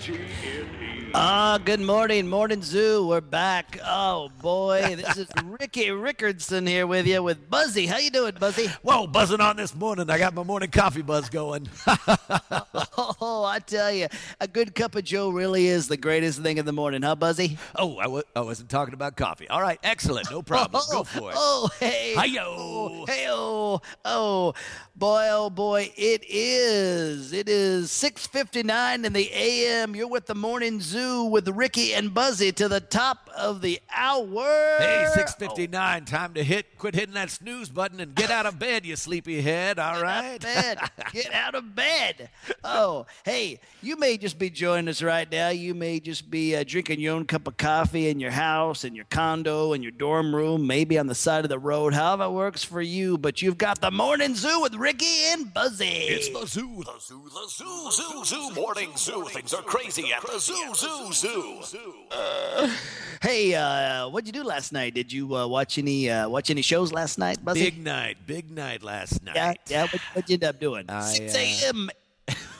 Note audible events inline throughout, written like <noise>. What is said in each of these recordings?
T-N-E. Ah, good morning, morning zoo. We're back. Oh boy, this <laughs> is Ricky Rickardson here with you with Buzzy. How you doing, <laughs> Buzzy? Whoa, buzzing on this morning. I got my morning coffee buzz going. <laughs> Oh, I tell you, a good cup of Joe really is the greatest thing in the morning, huh, Buzzy? oh, I w- I wasn't talking about coffee. All right, excellent. No problem. <laughs> Go for it. Oh, hey. Hi-yo. Oh, Hey, oh, oh, boy, oh, boy. It is. It is 6.59 in the a.m. You're with the Morning Zoo with Ricky and Buzzy to the top of the hour. Hey, 659, time to hit. Quit hitting that snooze button and get out of bed, you sleepyhead. All right? bed. Get out of bed. Oh, hey, you may just be joining us right now. You may just be uh, drinking your own cup of coffee in your house, in your condo, in your dorm room, maybe on the side of the road, however it works for you. But you've got the morning zoo with Ricky and Buzzy. It's the zoo, the zoo, the zoo, zoo, zoo, morning zoo. Things are crazy at the zoo, zoo, zoo. hey, uh, what'd you do last night? Did you uh, watch any uh, watch any shows last night, Buzzy? Big night, big night last night. yeah, yeah. What, what'd you end up doing? I, Six uh, a.m.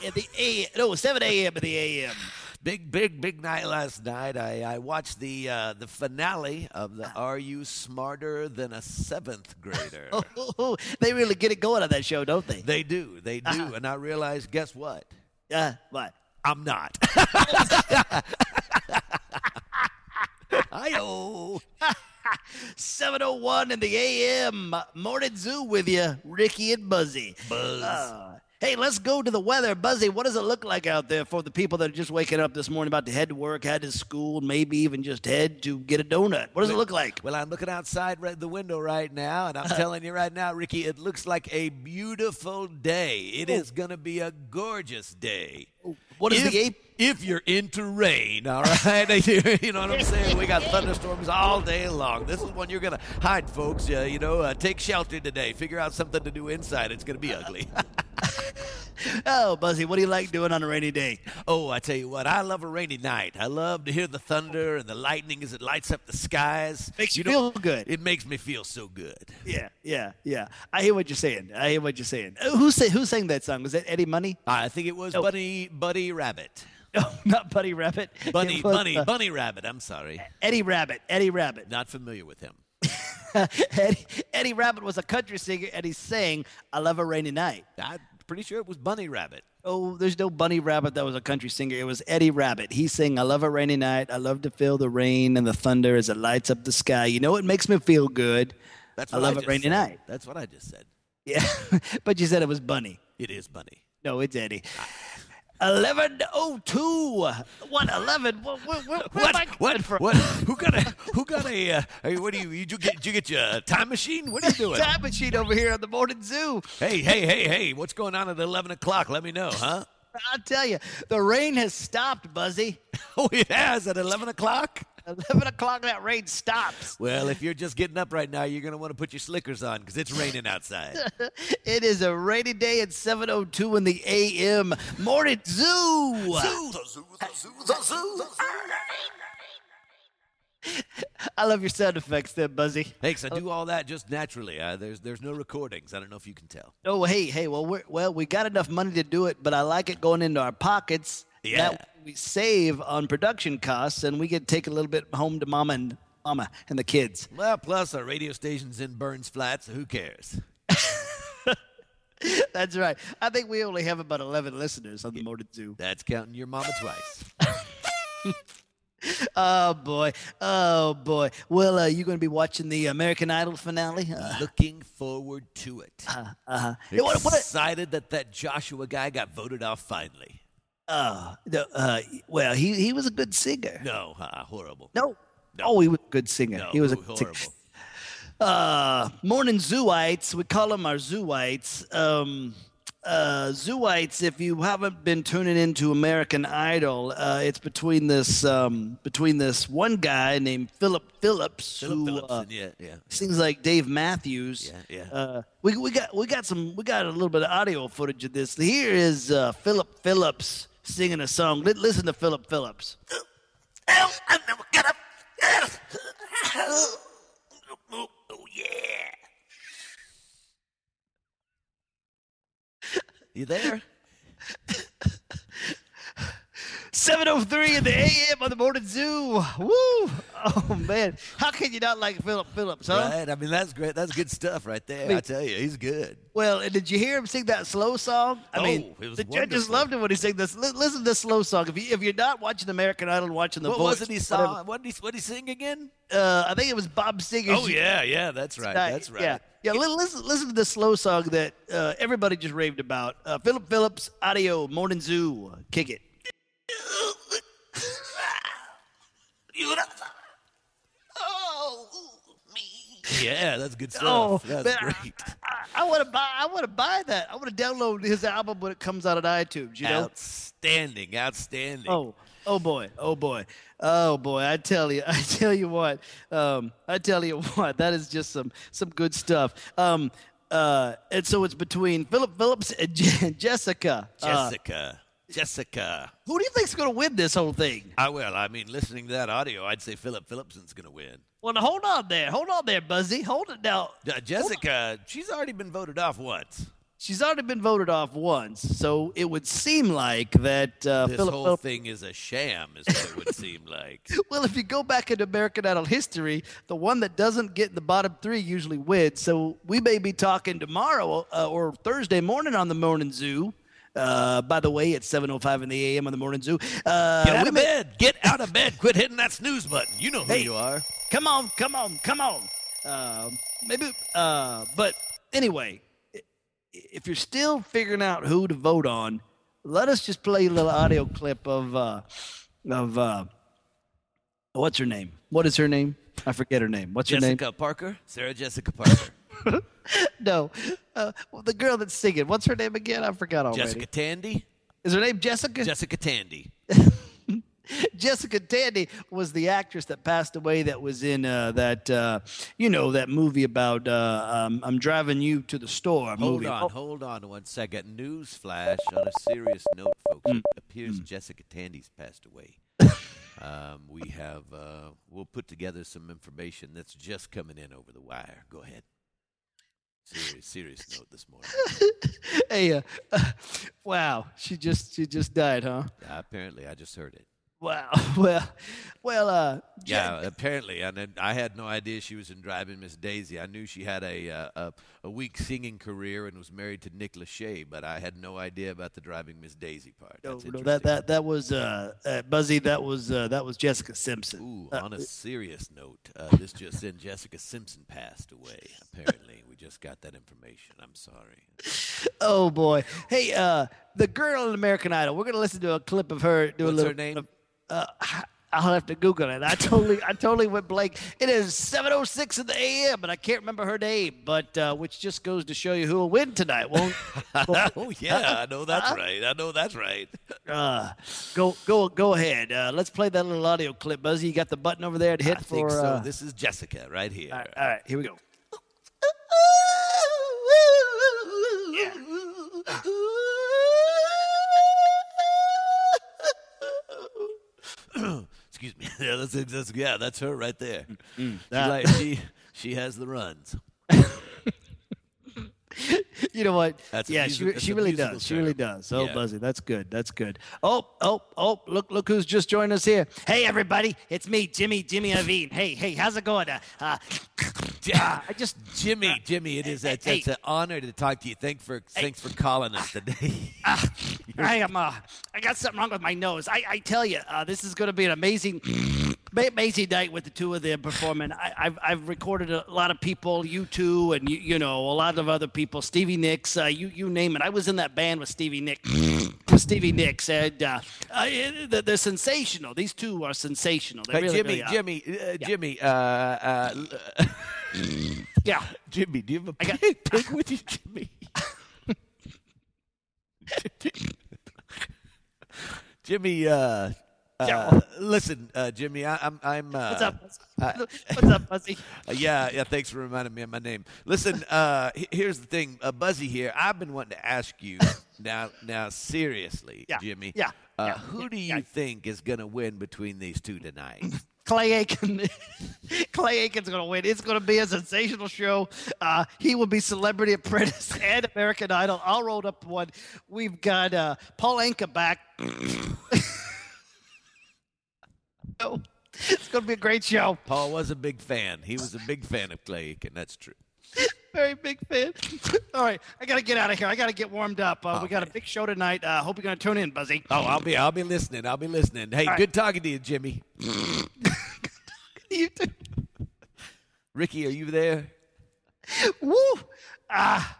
at the a no seven a.m. at the a.m. Big, big, big night last night. I, I watched the uh, the finale of the Uh-huh. Are You Smarter Than a Seventh Grader? <laughs> <laughs> Oh, they really get it going on that show, don't they? They do, they do. Uh-huh. And I realized, guess what? Uh, what? I'm <laughs> not. Hi-oh. 701 in the AM. Morning Zoo with you, Ricky and Buzzy. Buzz. Uh, hey, let's go to the weather. Buzzy, what does it look like out there for the people that are just waking up this morning about to head to work, head to school, maybe even just head to get a donut? What does it look like? Well, I'm looking outside right, the window right now, and I'm Uh. telling you right now, Ricky, it looks like a beautiful day. It is going to be a gorgeous day. What is if, the ape? If you're into rain, all right? <laughs> you know what I'm saying? We got thunderstorms all day long. This is one you're going to hide, folks. Uh, you know, uh, take shelter today. Figure out something to do inside. It's going to be ugly. Oh, Buzzy, what do you like doing on a rainy day? Oh, I tell you what, I love a rainy night. I love to hear the thunder and the lightning as it lights up the skies. Makes you know, feel good. It makes me feel so good. Yeah, yeah, yeah. I hear what you're saying. I hear what you're saying. Uh, Who say, who sang that song? Was that Eddie Money? <laughs> I think it was Buddy Buddy Rabbit. No, not Buddy Rabbit. It Bunny was, Bunny uh, Bunny Rabbit. I'm sorry, Eddie Rabbit. Eddie Rabbit. not familiar with him. <laughs> Eddie, Eddie Rabbit was a country singer, and he sang "I Love a Rainy Night." I'm pretty sure it was Bunny Rabbit. Oh, there's no Bunny Rabbit that was a country singer. It was Eddie Rabbit. He sang "I Love a Rainy Night." I love to feel the rain and the thunder as it lights up the sky. You know, it makes me feel good. That's I what love a just rainy said. night. That's what I just said. Yeah, <laughs> but you said it was Bunny. It is Bunny. No, it's Eddie. Eleven oh two. What eleven? What? What? What? where am I coming What? What? from? What? Who got a? Who got a? Uh, hey, what do you? You get? Did you get your time machine? What are you <laughs> doing? Time machine over here on the morning zoo. hey, hey, hey, hey! What's going on at eleven o'clock? Let me know, huh? I'll tell you, the rain has stopped, Buzzy. <laughs> Oh, it has at 11 o'clock? 11 o'clock, that rain stops. Well, if you're just getting up right now, you're going to want to put your slickers on because it's raining <laughs> outside. It is a rainy day at 7.02 in the a.m. Morning Zoo. I love your sound effects there, Buzzy. Thanks. I do all that just naturally. Uh, there's there's no recordings. I don't know if you can tell. Oh, hey, hey, well, we're, well, we got enough money to do it, but I like it going into our pockets. Yeah. That way we save on production costs, and we get to take a little bit home to mama and mama and the kids. <laughs> Well, plus our radio station's in Burns Flat, so who cares? That's right. I think we only have about 11 listeners on the Morning Zoo. That's counting your mama <laughs> twice. Oh, boy. Oh, boy. Well, uh, you going to be watching the American Idol finale? Uh, Looking forward to it. uh-huh. Hey, what- what- Excited that that Joshua guy got voted off finally. Oh, no, uh, well, he, he was a good singer. No, uh, horrible. No. No. Oh, he was a good singer. No, he was a ho- good singer. horrible. Uh, morning zooites. We call them our zooites. Um, uh, zooites. If you haven't been tuning into American Idol, uh, it's between this um, between this one guy named Philip Phillips Philip who Phillips, uh, and yeah, yeah. sings like Dave Matthews. Yeah, yeah. Uh, we we got we got some we got a little bit of audio footage of this. Here is uh, Philip Phillips singing a song. Li- listen to Philip Phillips. Oh, I'm never gonna. Oh, yeah. You there? Seven 7.03 in the a.m. on the morning zoo. Woo! Oh, man. How can you not like Philip Phillips, huh? Right? I mean, that's great. That's good stuff right there. I, mean- tell you, he's good. Well, and did you hear him sing that slow song? I mean, Oh, it was the judges wonderful. loved him when he sang this. Li- listen to this slow song. If, you, if you're not watching American Idol and watching The what Voice, was it he whatever, saw? What did he, what did he sing again? Uh, I think it was Bob Singer's. Oh, yeah, yeah, that's right. Night. That's right. Yeah, yeah. li- Listen, listen to the slow song that uh, everybody just raved about. Uh, Philip Phillips, Audio, Morning Zoo, kick it. You know, oh, me. Yeah, that's good stuff. Oh, that's man, I- great. I, want to buy. I want to buy that. I want to download his album when it comes out on iTunes. You know. Outstanding, outstanding. Oh, oh boy, oh boy, oh boy! I tell you, <laughs> I tell you what, um, I tell you what, that is just some some good stuff. Um, uh, and so it's between Philip Phillips and <laughs> Je- Jessica. Uh, Jessica, Jessica. who do you think's going to win this whole thing? I will. I mean, listening to that audio, I'd say Philip Phillipson's going to win. Well, now, hold on there, hold on there, Buzzy, hold it now. Uh, Jessica, she's already been voted off once. She's already been voted off once, so it would seem like that uh, This Philip whole Phillips. thing is a sham, is what it would seem <laughs> like. Well, if you go back into American Idol history, the one that doesn't get in the bottom three usually wins. So we may be talking tomorrow uh, or Thursday morning on the Morning Zoo. Uh, by the way, it's 7.05 in the a.m. on the Morning Zoo. Uh, Get out we of may- bed. Get out of bed. Quit hitting that snooze button. You know who Hey. you are. Come on, come on, come on. Um, maybe, uh, but anyway, i- if you're still figuring out who to vote on, let us just play a little audio clip of, uh, of uh, what's her name? What is her name? I forget her name. What's her name? Jessica Parker? Sarah Jessica Parker. <laughs> No, uh, well, the girl that's singing. What's her name again? I forgot already. Jessica Tandy? Is her name Jessica? Jessica Tandy. <laughs> Jessica Tandy was the actress that passed away. That was in uh, that uh, you know that movie about uh, um, I'm driving you to the store. Hold movie. on, Oh, hold on one second. News flash on a serious note, folks. Mm. It appears Jessica Tandy's <coughs> passed away. um, we have, uh, we'll put together some information that's just coming in over the wire. Go ahead. Serious, serious note this <laughs> morning. <laughs> hey, uh, <laughs> wow, she just she just died, huh? Uh, apparently, I just heard it. Wow. <laughs> Well, well, uh, Je- Yeah, apparently, and then I had no idea she was in Driving Miss Daisy. I knew she had a, uh, a a weak singing career and was married to Nick Lachey, but I had no idea about the Driving Miss Daisy part. no, That's no, interesting. that that that was uh, uh, Buzzy. That was uh, that was Jessica Simpson. Ooh, Uh, on a serious note, <laughs> uh, this just in: Jessica Simpson passed away. Apparently, we just got that information. I'm sorry. Oh boy! Hey, uh, the girl in American Idol. We're gonna listen to a clip of her. Do a What's little, her name? Uh, I'll have to Google it. I totally, I totally went blank. It is 7:06 in the a.m. and I can't remember her name, but uh, which just goes to show you who will win tonight. <laughs> Won't oh yeah, I <laughs> know that's right. I know that's right. uh, go, go, go ahead. Uh, let's play that little audio clip, Buzzy. You got the button over there to hit I for. think so. uh, this is Jessica right here. all, right, all right, here we go. <coughs> Excuse me. <laughs> Yeah, that's, that's yeah, that's her right there. She's Mm, that- like, she she has the runs. You know what? That's a yeah, musi- she, that's she a really musical does. She really term. does. Oh, Yeah. Buzzy, that's good. That's good. Oh, oh, oh! Look, look who's just joined us here. Hey, everybody, it's me, Jimmy, Jimmy Iovine. Hey, hey, how's it going? Uh, uh, <laughs> Yeah. I just, Jimmy, Jimmy, it is it's, Uh, hey. it's an honor to talk to you. Thanks for thanks for calling us today. <laughs> I am, uh, I got something wrong with my nose. I, I tell you, uh, this is going to be an amazing. ma- Amazing night with the two of them performing. I, I've I've recorded a lot of people, you two, and you, you know a lot of other people. Stevie Nicks, uh, you you name it. I was in that band with Stevie Nicks. with Stevie Nicks, and uh, uh, they're, they're sensational. These two are sensational. They Hey, really, Jimmy, really are. Jimmy, uh, Jimmy, uh, uh, l- Yeah. Jimmy, do you have a got- pig, pig with you, Jimmy? <laughs> Jimmy, uh, uh, Yeah. listen, uh, Jimmy, I, I'm, I'm. Uh, What's up? uh, What's up, Buzzy? uh, yeah, yeah. Thanks for reminding me of my name. Listen, uh, he- here's the thing, uh, Buzzy. Here, I've been wanting to ask you <coughs> now. Now, seriously, Yeah, Jimmy. yeah, Uh, yeah, who yeah, do you yeah. think is going to win between these <laughs> two tonight? Clay Aiken. <laughs> Clay Aiken's going to win. It's going to be a sensational show. Uh, he will be Celebrity Apprentice <laughs> and American Idol <laughs> all rolled up in one. We've got uh, Paul Anka back. show. Oh, It's going to be a great show. Paul was a big fan. He was a big fan of Clay Aiken. That's true. Very big fan. <laughs> All right, I got to get out of here. I got to get warmed up. Uh, Oh, we got a man. big show tonight. Uh, hope you're going to tune in, Buzzy. Oh, I'll be I'll be listening. I'll be listening. Hey, right. good talking to you, Jimmy. <laughs> you too. Ricky, are you there? Woo! Ah,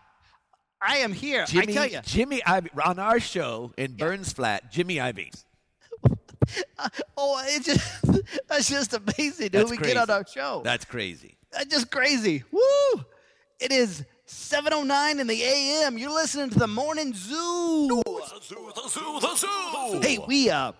I am here. Jimmy, I tell you, Jimmy Ivy on our show in Burns Flat. Jimmy Ivy. oh, it's just <laughs> that's just amazing, dude. That's we crazy. get on our show. That's crazy. That's just crazy. Woo! It is 7:09 in the a.m. You're listening to the Morning Zoo. Hey, we uh,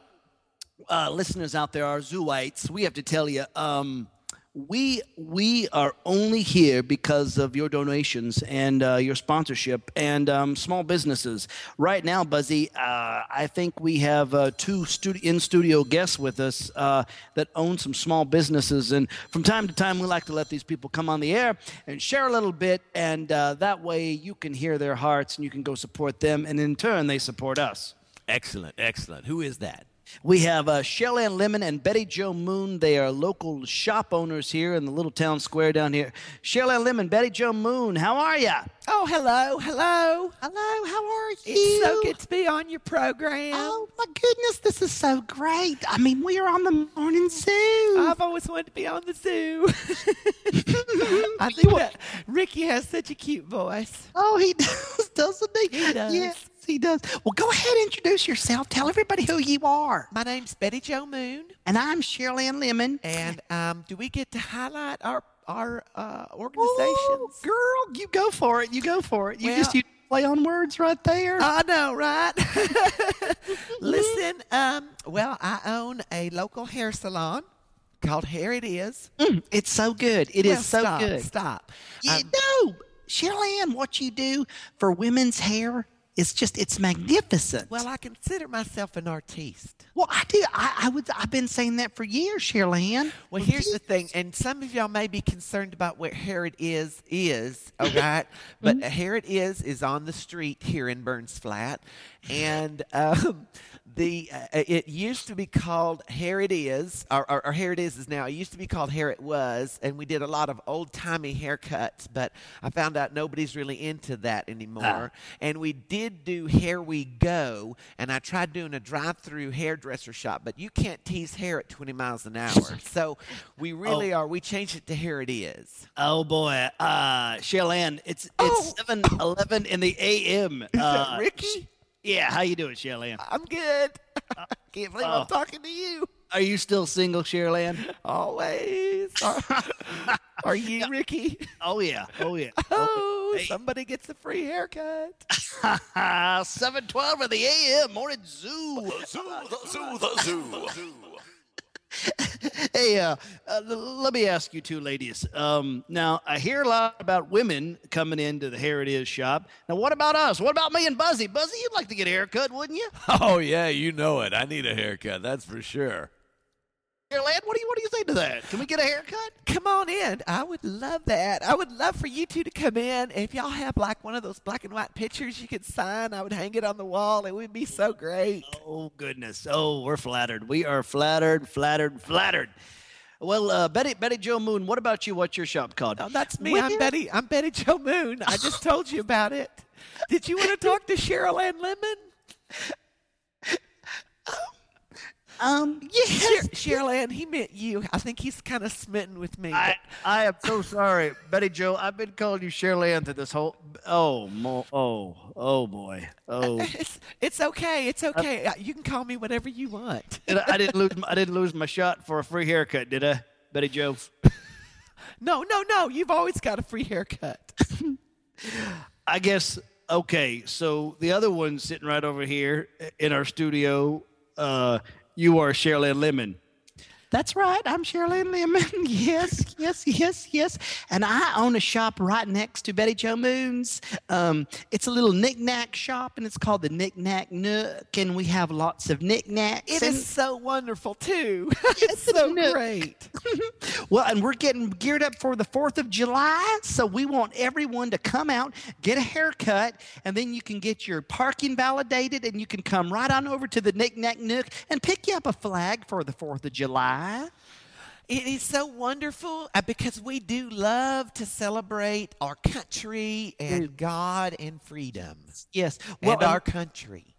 uh, listeners out there, our Zooites, we have to tell you, um, we we are only here because of your donations and uh, your sponsorship and um, small businesses. Right now, Buzzy, uh, I think we have uh, two studio in studio guests with us uh, that own some small businesses, and from time to time, we like to let these people come on the air and share a little bit, and uh, that way you can hear their hearts and you can go support them, and in turn, they support us. Excellent, excellent. Who is that? We have uh, Shell Ann Lemon and Betty Joe Moon. They are local shop owners here in the little town square down here. Shell Ann Lemon, Betty Joe Moon, how are ya? Oh, hello, hello. Hello, Oh, how are you? Oh, It's so good to be on your program. my goodness, this is so great. I mean, we are on the morning zoo. I've always wanted to be on the zoo. <laughs> I think that Ricky has such a cute voice. <laughs> Oh, he does, <laughs> doesn't he? He does. Yes, he does. Well, go ahead, introduce yourself. Tell everybody who you are. My name's Betty Jo Moon, And I'm Shell Ann Lemon. and um, do we get to highlight our our uh, Ooh, organizations? girl, you go for it. You go for it. You Well- just you play on words right there. I know, right? <laughs> Listen, um, well, I own a local hair salon called Hair <laughs> It Is. It is It's so good. It is so stop, good. Stop. You Um, know, Shell Ann, what you do for women's hair is just, it's magnificent. well, I consider myself an artiste. well, I do. I, I would, I've been saying that for years, Shell Ann. Well, here's the thing, and some of y'all may be concerned about what Herod is <laughs> is, all right? Hmm? but Herod is is on the street here in Burns Flat, and um, the uh, it used to be called Herod is, or, or, or Herod is is now. It used to be called Herod was, and we did a lot of old timey haircuts, but I found out nobody's really into that Ah. anymore. And we did do Here We Go, and I tried doing a drive through hairdresser shop, but you can't tease hair at 20 miles <laughs> an hour. So we really are. We changed it to Here It Is. Oh boy, uh, Shell Ann, it's Oh. it's seven eleven in the a.m. Is Uh, that Ricky? yeah, how you doing, Shell Ann? I'm good. <laughs> Can't believe Oh. I'm talking to you. Are you still single, Shell Ann? <laughs> Always. Are, are you, Ricky? Oh yeah, oh yeah. Oh, Hey. somebody gets a free haircut. Uh, Seven twelve in the a.m. Morning Zoo. Hey, uh, uh, l- let me ask you two ladies. Um, now, I hear a lot about women coming into the Hair It Is shop. Now, what about us? What about me and Buzzy? Buzzy, you'd like to get a haircut, wouldn't <laughs> you? Oh yeah, you know it. I need a haircut. That's for sure. Here, lad, what do you what do you say to that? Can we get a haircut? come on in. I would love that. I would love for you two to come in. If y'all have like one of those black and white pictures you could sign, I would hang it on the wall. It would be so great. Oh goodness! Oh, we're flattered. We are flattered, flattered, flattered. Well, uh, Betty, Betty Joe Moon, what about you? What's your shop called? Oh, that's me. Well- I'm Betty. I'm Betty Joe Moon. I just told you about it. Did you want to talk to Cheryl Ann Lemon? Um, yes. Sher- Cheryl Ann, he meant you. I think he's kind of smitten with me. I, I am so sorry, Betty Joe. I've been calling you Shirley Ann through this whole. Oh, mo- oh, oh boy. Oh. It's, it's okay. It's okay. Uh, you can call me whatever you want. Did I, I didn't lose. My, I didn't lose my shot for a free haircut, did I, Betty Joe? No, no, no. Oh, You've always got a free haircut. I guess. Okay, so the other one sitting right over here in our studio, uh, you are Sherilyn Lemon. That's right. I'm Sherilyn Lemon. <laughs> yes, yes, yes, yes. And I own a shop right next to Betty Joe Moon's. Um, it's a little knick-knack shop, and it's called the Knick Knack Nook. And we have lots of knickknacks. It and- is so wonderful too. It's so no. great. Well, and we're getting geared up for the 4th of July, so we want everyone to come out, get a haircut, and then you can get your parking validated and you can come right on over to the Knick Knack Nook and pick you up a flag for the 4th of July. July. It is so wonderful uh, because we do love to celebrate our country and God and freedom Yes. and our country. Uh,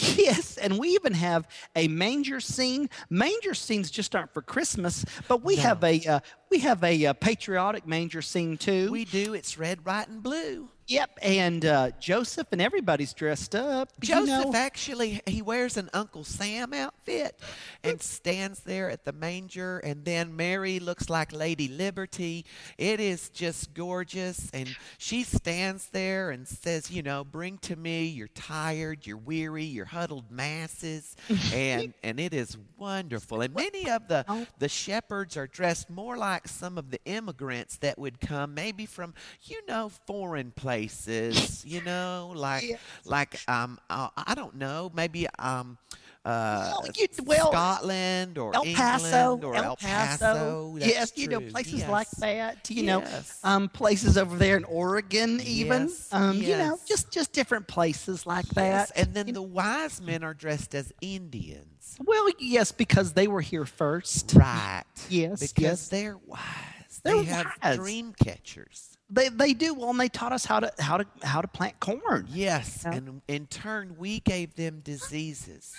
Yes, and <laughs> we even have a manger scene. Manger scenes just aren't for Christmas, but we have a uh, we have a uh, patriotic manger scene too. We do. It's red, white, and blue. yep, and uh, Joseph and everybody's dressed up. You Joseph know- actually he wears an Uncle Sam outfit and stands there at the manger and then Mary looks like Lady Liberty. It is just gorgeous and she stands there and says, you know, bring to me your tired, your weary, your <laughs> huddled masses and and it is wonderful. And many of the the shepherds are dressed more like some of the immigrants that would come maybe from you know foreign places, you know, like Yeah. like um uh, I don't know, maybe um uh Oh, you- well, Scotland or El Paso, England or El, Paso. That's Yes, you know true. places like Yes. that. You Yes. know, um, places over there in Oregon, even. Yes, Um, You know, yes. just just different places like Yes, that. and then the wise men are dressed as Indians. well, yes, because they were here first. Right. Yes, Because yes. they're wise. They're they have wise. dream catchers. They they do well, and they taught us how to how to how to plant corn. Yes. Yeah. And in turn we gave them diseases.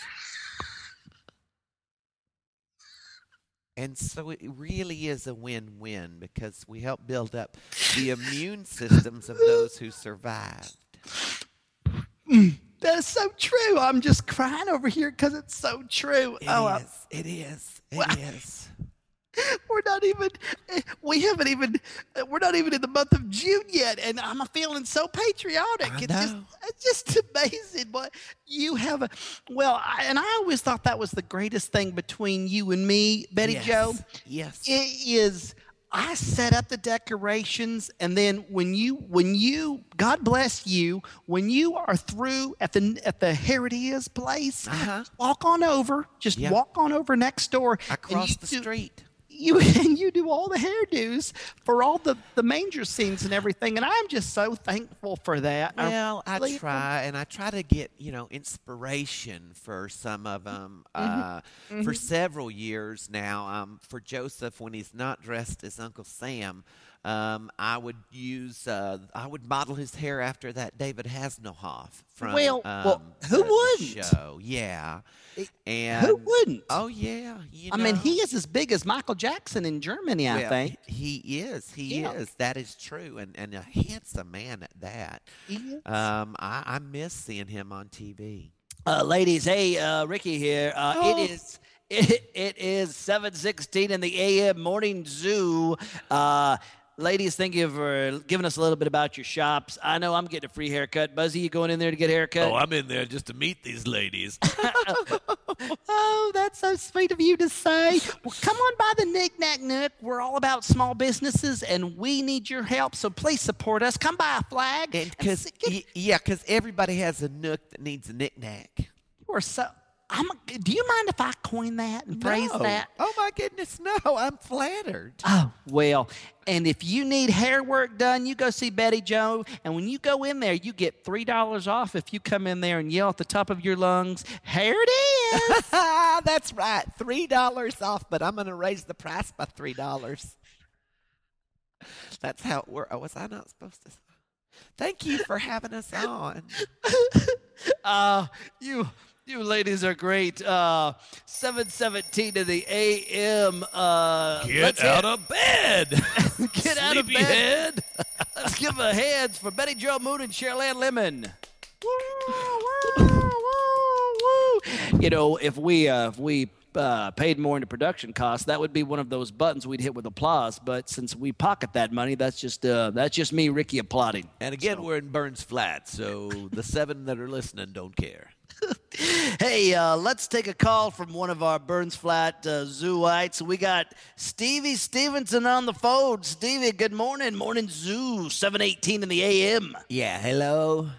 And so it really is a win win because we help build up the immune systems of those who survived. That is so true. I'm just crying over here because it's so true. It is. oh, I- It is. It Well, is. we're not even, eh, we haven't even, eh, we're not even in the month of June yet, and I'm feeling so patriotic. I it's just, know. it's just <laughs> amazing. But you have a, well, I, and I always thought that was the greatest thing between you and me, Betty yes. Joe. Yes. It is. I set up the decorations, and then when you, when you, God bless you, when you are through at the at the here it is place, Uh-huh. walk on over. Just Yeah. walk on over next door. and Across you the do- street. You <laughs> and you do all the hairdos for all the the manger scenes and everything, and I'm just so thankful for that. I Well, I really am. try, and I try to get you know inspiration for some of <laughs> them. Mm-hmm. Uh, For several years now, um, for Joseph, when he's not dressed as Uncle Sam, um, I would use uh, I would model his hair after that David Hasselhoff from Well, well, um, who the- the wouldn't? show, yeah, It- and Who wouldn't? Oh yeah, you I mean, know. he is as big as Michael Jackson in Germany, I Well, think. He he is. He Yeah. is. That is true. And and a handsome man at that. He Um, I, I miss seeing him on TV. Uh, ladies, hey, uh, Ricky here. Uh, Oh. It is. <laughs> It, it is 7.16 in the a.m. morning zoo. Uh, ladies, thank you for giving us a little bit about your shops. I know I'm getting a free haircut. Buzzy, you going in there to get a haircut? Oh, I'm in there just to meet these <laughs> ladies. Oh, that's so sweet of you to say. Well, come on by the Knick Knack Nook. We're all about small businesses, and we need your help, so please support us. Come buy a flag. And and because s- get- yeah, because everybody has a nook that needs a knickknack. you are so... I'm, a- do you mind if I coin that and phrase No. that? Oh my goodness, no! I'm flattered. Oh, well, and if you need hair work done, you go see Betty Joe. And when you go in there, you get $3 off if you come in there and yell at the top of your lungs, Here it is. <laughs> That's right, three dollars off. But I'm going to raise the price by three dollars. That's how it works. Oh, was I not supposed to? Thank you for having us on. uh, you. You ladies are great. Uh, 717 to the AM. Uh, let's Get hit- out of <laughs> bed. <laughs> get out of bed. <laughs> Sleepyhead. Let's give a hands for Betty Joe Moon and Sherilyn Lemon. You know, if we uh, if we uh, paid more into production costs, that would be one of those buttons we'd hit with applause. But since we pocket that money, that's just uh, that's just me, Ricky, applauding. And again, we're in Burns Flat, so the seven that are listening don't care. Hey, uh, let's take a call from one of our Burns Flat uh, Zooites. We got Stevie Stevenson on the phone. Stevie, good morning, morning Zoo, seven eighteen in the a.m. <laughs> Yeah, hello.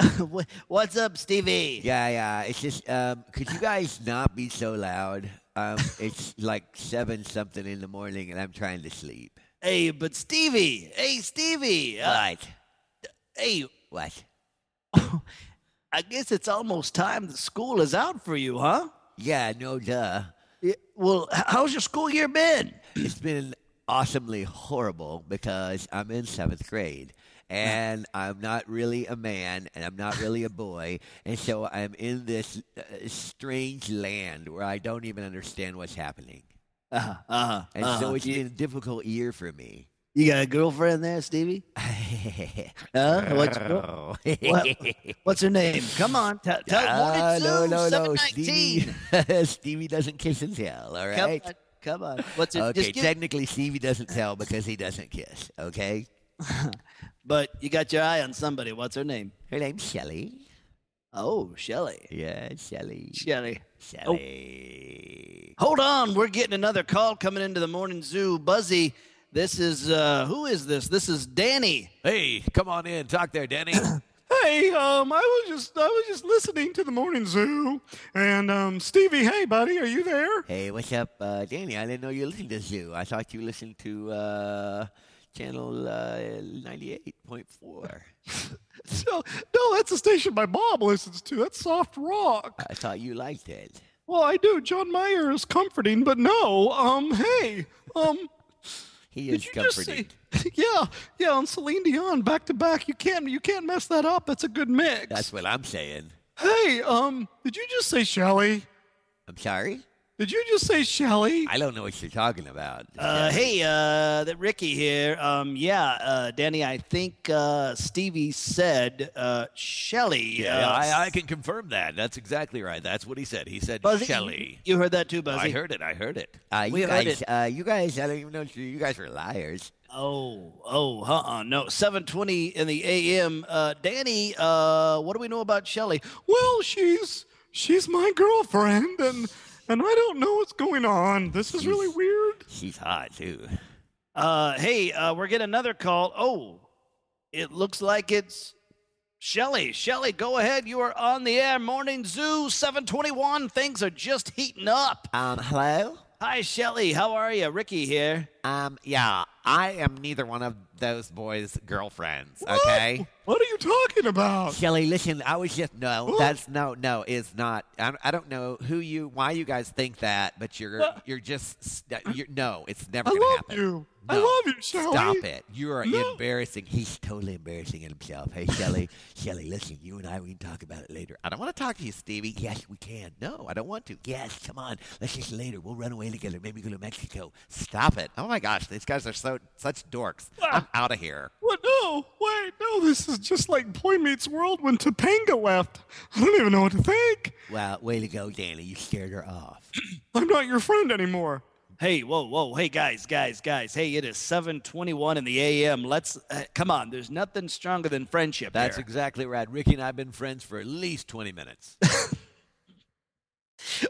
Wh- What's up, Stevie? Yeah, yeah. It's just, um, could you guys not be so loud? Um, it's <laughs> like seven something in the morning, and I'm trying to sleep. Hey, but Stevie, hey Stevie, uh, What? hey, What? I guess it's almost time the school is out for you, huh? Yeah, no duh. Yeah, well, h- how's your school year been? It's been awesomely horrible because I'm in seventh grade <laughs> and I'm not really a man and I'm not really a boy. And so I'm in this uh, strange land where I don't even understand what's happening. Uh-huh, uh-huh, And so it's you, been a difficult year for me. <laughs> you got a girlfriend there, Stevie? Huh? What's, Oh. what, what's her name? Come on, tell tell Ah, morning no, Zoo, no, no. 719. Stevie, <laughs> Stevie doesn't kiss and tell, all Come right? on, come on. What's her? Okay, just give- technically, Stevie doesn't tell because he doesn't kiss, okay? but you got your eye on somebody. What's her name? Her name's Shelly. Oh, Shelly. Yeah, Shelly. Shelly. Shelly. Hold on, we're getting another call coming into the morning zoo. Buzzy, this is uh who is this? This is Danny. Hey, come on in. Talk there, <coughs> Danny. Hey, um, I was just I was just listening <laughs> to the morning zoo, and um, Stevie, hey buddy, are you there? hey, what's up, uh, Danny? I didn't know you listened to Zoo. I thought you listened to uh, channel uh, 98.4. No, no, that's a station my mom listens to. That's soft rock. I thought you liked it. Well, I do. John Mayer is comforting, but no. Um, hey, um, He did is you comforting. just say? <laughs> yeah, yeah, on Celine Dion back to back. You can't you can't mess that up. That's a good mix. That's what I'm saying. hey, um, did you just say Shelly? I'm sorry? Did you just say Shelly? I don't know what you're talking about. Uh, Shelly. hey, uh, that Ricky here. Um, yeah, uh, Danny, I think uh, Stevie said uh, Shelly. Yeah, uh, I, I can confirm that. That's exactly right. That's what he said. He said Buzzy, Shelly. You heard that too, Buzzy. I heard it. I heard it. Uh, We you heard guys, it. uh, you guys, I don't even know. if you- You guys are liars. Oh, oh, uh uh no. 720 in the AM. Uh, Danny, uh, what do we know about Shelly? Well, she's she's my girlfriend, and and I don't know what's going on. This is really weird. She's hot too. Uh, hey, uh, we're getting another call. Oh, it looks like it's Shelly. Shelly, go ahead. You are on the air. Morning Zoo 721. Things are just heating up. Um, hello? Hi, Shelly. How are you? Ricky here. Um, yeah, I am neither one of those boys' girlfriends, okay? Oh, What are you talking about? Shelly, listen, I was just no. Ooh. That's no, no, is not. I, I don't know who you, why you guys think that, but you're, Uh, you're just. st- You're, no, it's never I gonna love happen. you. I No. love you, Shelly. Stop it! You are No. embarrassing. He's totally embarrassing himself. Hey, Shelly, Shelly, listen. You and I, we can talk about it later. I don't want to talk to you, Stevie. Yes, we can. No, I don't want to. Yes, come on. Let's just later. We'll run away together. Maybe go to Mexico. Stop it! Oh my gosh, these guys are so such dorks. Ah. I'm out of here. What? No, wait, no. This is just like Boy Meets World when Topanga left. I don't even know what to think. Wow, way to go, Danny. You scared her <clears throat> off. I'm not your friend anymore. Hey, whoa, whoa. Hey, guys, guys, guys. Hey, it is 721 in the AM. Let's, uh, come on. There's nothing stronger than friendship That's here. exactly right. Ricky and I have been friends for at least 20 <laughs> minutes.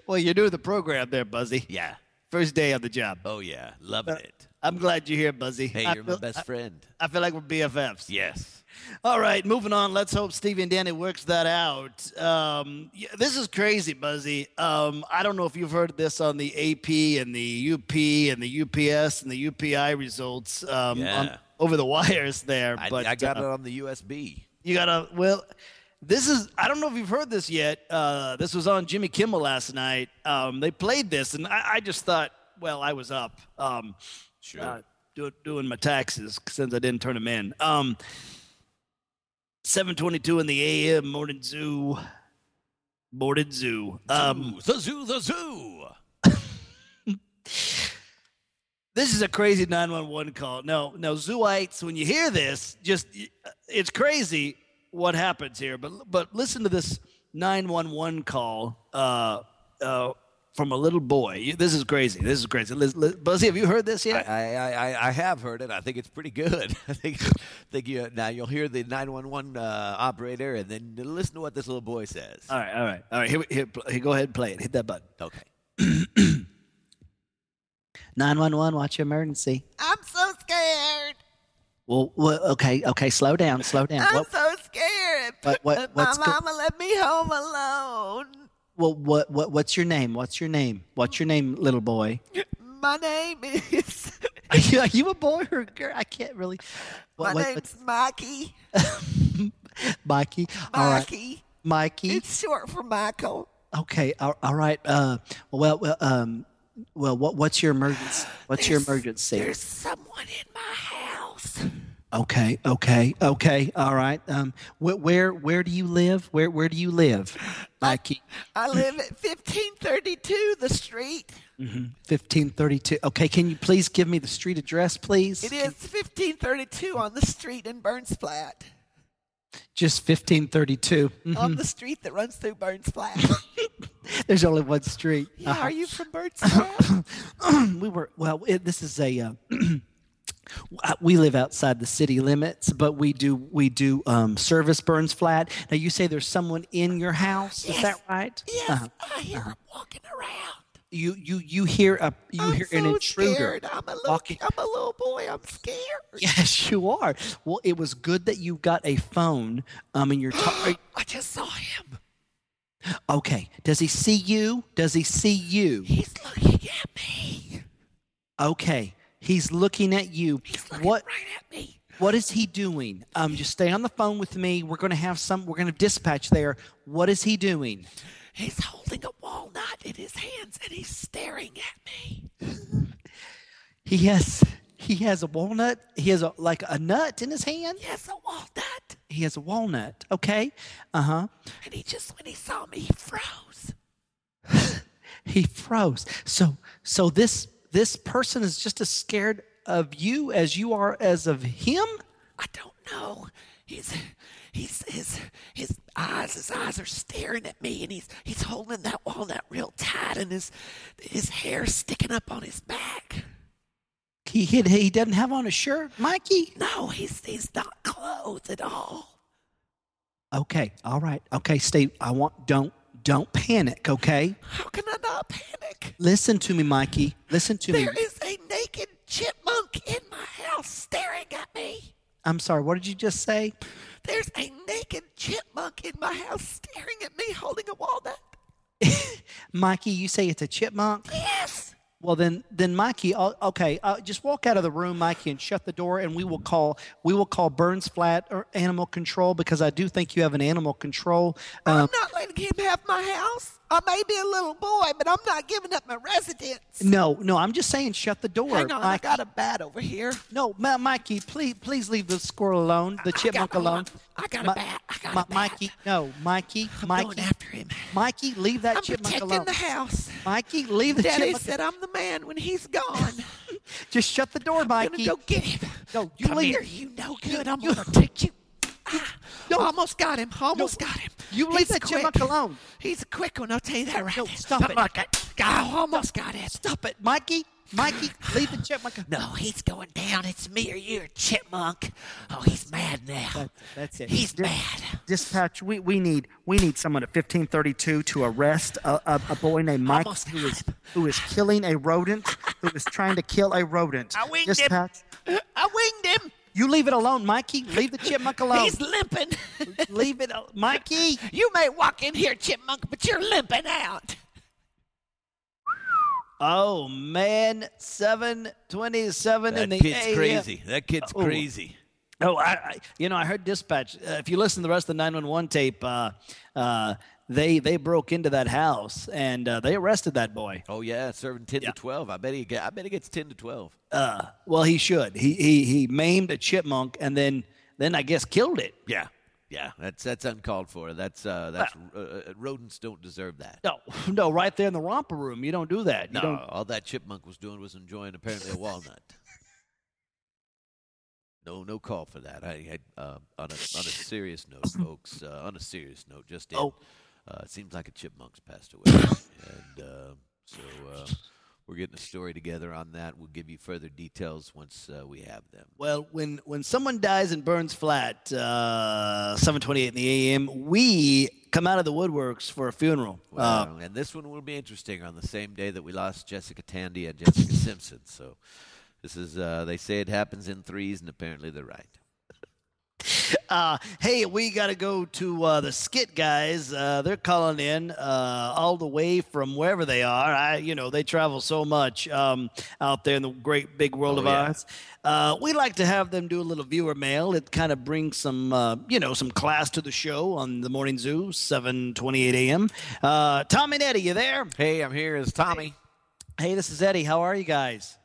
well, you're new to the program there, Buzzy. yeah. First day on the job. Oh, yeah. Loving it. I'm glad you're here, Buzzy. Hey, I you're my feel- best friend. I feel like we're BFFs. Yes. All right, moving on. Let's hope Stevie and Danny works that out. Um, yeah, this is crazy, Buzzy. Um, I don't know if you've heard this on the AP and the UP and the UPS and the UPI results um, on- Yeah. over the <laughs> wires there. I, but I got uh, it on the USB. you gotta well this is i don't know if you've heard this yet uh, this was on jimmy kimmel last night um, they played this and I, I just thought well i was up um, Sure. uh, do, doing my taxes since i didn't turn them in um, 722 in the am morning zoo morning zoo um, Ooh, the zoo, the zoo. This is a crazy 911 call. No, no, Zooites, when you hear this, just it's crazy what happens here. But but listen to this 911 call uh, uh, from a little boy. You- This is crazy. This is crazy. Liz, Liz, Buzzy, have you heard this <laughs> I, yet? I, I, I have heard it. I think it's pretty good. <laughs> I think, think you, now you'll hear the 911 uh, operator and then listen to what this little boy says. all right, all right, all right. Here, we- here, pl- here, go ahead and play it. Hit that button. okay. 911, what's your emergency? I'm so scared. Well, well okay, okay, slow down, slow down. I'm What, so scared. what, what, My what's go- mama let me home alone. well, what, what, what's your name? What's your name? What's your name, little boy? <laughs> My name is. Are you, are you a boy or a girl? I can't really. My What, what, name's Mikey. what- <laughs> Mikey. All right, Mikey. Mikey. It's short for Michael. okay. All, all right. Uh, well, well, um, well, what what's your emergency? What's your emergency? There's someone in my house. Okay, okay, okay. All right. Um, wh- where where do you live? Where where do you live, Mikey? I live at 1532 the street. Fifteen thirty two. Okay, can you please give me the street address, please? It is 1532 on the street in Burns Flat. Just fifteen Mm, thirty two. On the street that runs through Burns Flat. <laughs> There's only one street. Yeah, are you from <laughs> Burns Flat? <clears throat> we were well it, this is a uh, <clears throat> uh, we live outside the city limits but we do we do um, service burns flat now you say there's someone in your house is that right yes, Uh-huh. I hear him walking around. you you you hear a you I'm hear so an intruder Scared. I'm a little, walking- I'm a little boy. I'm scared. <laughs> yes you are well it was good that you got a phone um and you're <gasps> talking I just saw him. uh, okay does he see you does he see you He's looking at me. okay he's looking at you He's looking what right at me. What is he doing? Um, just stay on the phone with me. We're going to have some. We're going to dispatch there. What is he doing? He's holding a walnut in his hands and he's staring at me. He has he has a walnut. He has a, like a nut in his hand. Yes, a walnut. He has a walnut. Okay. Uh huh. And he just, when he saw me, he froze. He froze. So so this this person is just as scared of you as you are as of him. I don't know. He's, he's, his, his eyes, his eyes are staring at me, and he's, he's holding that walnut real tight, and his, his hair sticking up on his back. He he, he doesn't have on a shirt, Mikey. No, he's, he's not clothed at all. Okay. All right. Okay, Steve. I want don't don't panic. Okay. How can I not panic? Listen to me, Mikey. Listen to me. There is a naked chipmunk in my house staring at me. I'm sorry, what did you just say? There's a naked chipmunk in my house staring at me holding a walnut. Mikey, you say it's a chipmunk? Yes! Well, then, then Mikey, oh, okay, uh, just walk out of the room, Mikey, and shut the door, and we will call, we will call Burns Flat or Animal Control because I do think you have an animal control. Um, I'm not letting him have my house. I may be a little boy, but I'm not giving up my residence. no, no, I'm just saying, shut the door. Hang on, I Mike- got a bat over here. no, Ma- Mikey, please, please leave the squirrel alone, the chipmunk I got alone. one. I got a Mi- bat. I got a Mi- bat. Mikey, no, Mikey, I'm going Mikey, after him. Mikey, leave that I'm chipmunk protecting alone. the house. Mikey, leave the Daddy chipmunk. said I'm the man when he's gone. <laughs> Just shut the door, I'm gonna Mikey. go get him. No, you Come leave. here, you no good. I'm you- gonna take you. Ah, almost got him. Almost got him. you leave He's that quick. chipmunk alone. He's a quick one. I'll tell you that right. No, now. stop Come it. on, I- I almost got him. Stop it, Mikey. Mikey, leave the chipmunk. alone. No, he's going down. It's me or you, chipmunk. Oh, he's mad now. That's- that's it. He's Di- mad. Dispatch. We, we need we need someone at fifteen thirty two to arrest a, a, a boy named Mike Almost who got is him. who is killing a rodent who is trying to kill a rodent. I winged him. Dispatch. I winged him. You leave it alone, Mikey. Leave the chipmunk alone. He's limping. <laughs> leave it, al- Mikey. you may walk in here, chipmunk, but you're limping out. Oh man, seven twenty-seven That in the kid's AM. crazy. That kid's crazy. Oh, I, I you know I heard dispatch. Uh, if you listen to the rest of the nine one one tape, uh, uh, they they broke into that house and uh, they arrested that boy. Oh yeah, serving ten to twelve. I bet he get, I bet he gets ten to twelve. Uh, well, he should. He he he maimed a chipmunk and then then I guess killed it. Yeah, yeah. That's that's uncalled for. That's uh, that's uh, rodents don't deserve that. No, <laughs> no, right there in the romper room. You don't do that. You No, don't. all that chipmunk was doing was enjoying apparently a walnut. No, no call for that. I, I uh, on a on a <coughs> serious note, folks. Uh, on a serious note, just in, Oh. uh, it seems like a chipmunk's passed away, and uh, so uh, we're getting a story together on that. We'll give you further details once uh, we have them. Well, when when someone dies and burns flat, uh, seven twenty-eight in the AM, we come out of the woodworks for a funeral. Uh, Well, and this one will be interesting on the same day that we lost Jessica Tandy and Jessica Simpson. So this is uh, they say it happens in threes, and apparently they're right. Uh, hey, we got to go to uh, the skit guys. Uh, they're calling in uh, all the way from wherever they are. I, you know, they travel so much um, out there in the great big world Oh, of yeah. ours. Uh, we like to have them do a little viewer mail. It kind of brings some, uh, you know, some class to the show on the Morning Zoo, seven twenty-eight a.m. Uh, Tom and Eddie, you there? Hey, I'm here. Is Tommy? Hey, this is Eddie. How are you guys?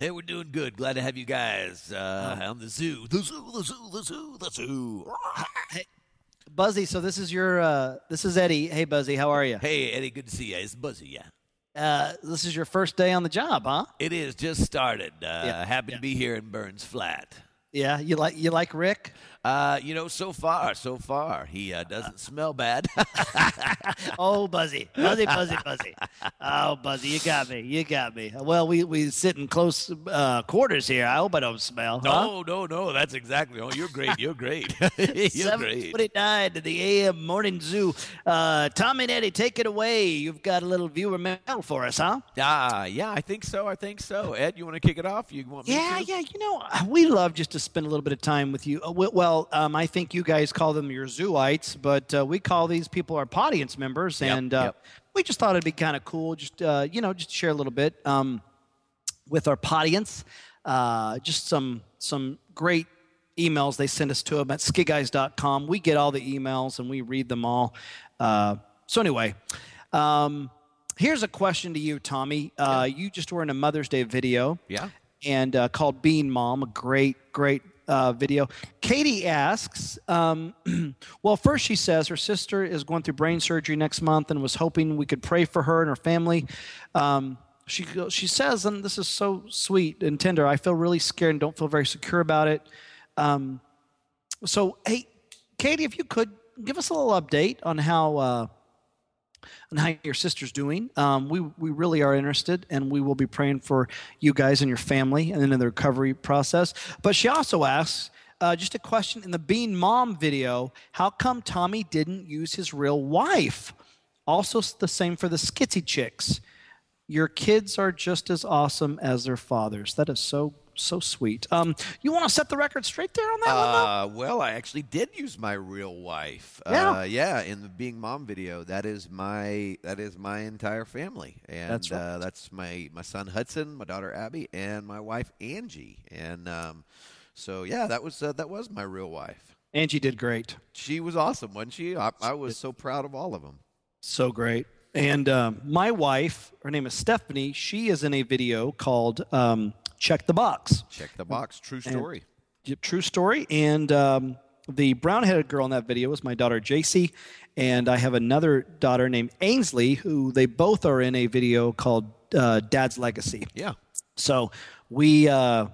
Hey, we're doing good. Glad to have you guys uh, Oh. on the zoo. The zoo, the zoo, the zoo, the zoo. Buzzy, so this is your uh, this is Eddie. Hey, Buzzy, how are you? Hey, Eddie, good to see you. It's Buzzy, yeah. Uh, this is your first day on the job, huh? It is just started. Uh, Yeah, Happy yeah. to be here in Burns Flat. Yeah, you like you like Rick? Uh, you know, so far, so far, he uh, doesn't smell bad. <laughs> Oh, Buzzy, Buzzy, Buzzy, Buzzy. Oh, Buzzy, you got me. You got me. Well, we we sit in close uh, quarters here. I hope I don't smell. huh? Oh, no, no, no. That's exactly. Oh, you're great. You're great. <laughs> you're great. 729 to the AM Morning Zoo. Uh, Tom and Eddie, take it away. You've got a little viewer mail for us, huh? Ah, yeah, I think so. I think so. Ed, you want to kick it off? You want me Yeah, to? yeah. You know, uh, we love just to spend a little bit of time with you. Uh, we- Well, um, I think you guys call them your zooites, but uh, we call these people our audience members, and uh, yep. we just thought it'd be kind of cool, just uh, you know, just share a little bit um, with our audience. Uh, just some some great emails they send us to them at skiguys.com. We get all the emails and we read them all. Uh, so anyway. Um, Here's a question to you, Tommy. Uh, You just were in a Mother's Day video Yeah. and uh, called Bean Mom. A great, great uh, video. Katie asks, um, <clears throat> well, first she says her sister is going through brain surgery next month and was hoping we could pray for her and her family. Um, she, go- she says, and this is so sweet and tender, I feel really scared and don't feel very secure about it. Um, so, hey, Katie, if you could give us a little update on how. Uh, and how your sister's doing. Um, we we really are interested, and we will be praying for you guys and your family, and then in the recovery process. But she also asks. Uh, just a question in the Bean Mom video. How come Tommy didn't use his real wife? Also, s- the same for the Skitsy Chicks. Your kids are just as awesome as their fathers. That is so so sweet. Um, you want to set the record straight there on that one? Though? Uh, well, I actually did use my real wife. Yeah. uh, yeah. In the being mom video, that is my that is my entire family, and That's right. uh, that's my my son Hudson, my daughter Abby, and my wife Angie. And um, so yeah, that was uh, that was my real wife. Angie did great. She was awesome, wasn't she? I, I was so proud of all of them. So great. And um, my wife, her name is Stephanie, she is in a video called um, Check the Box. Check the box. True story. Yep, True story. And um, the brown headed girl in that video is my daughter, JC. And I have another daughter named Ainsley, who they both are in a video called uh, Dad's Legacy. yeah. So we, uh,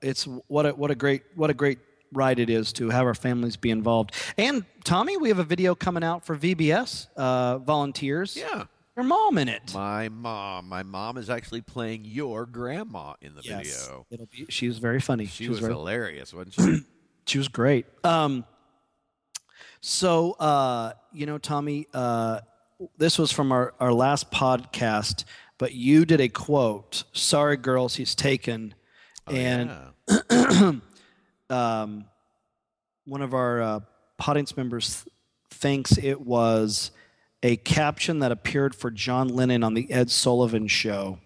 it's what a, what a great what a great ride it is to have our families be involved. And Tommy, we have a video coming out for VBS uh, volunteers. Yeah. your mom in it. My mom. My mom is actually playing your grandma in the video. it'll be. She was very funny. She, was, very, hilarious, wasn't she? she was great. Um, so uh, you know, Tommy, uh, this was from our our last podcast, but you did a quote. Sorry, girls, he's taken, <clears throat> and. Oh, yeah. um, one of our uh, audience members th- thinks it was a caption that appeared for John Lennon on the Ed Sullivan show.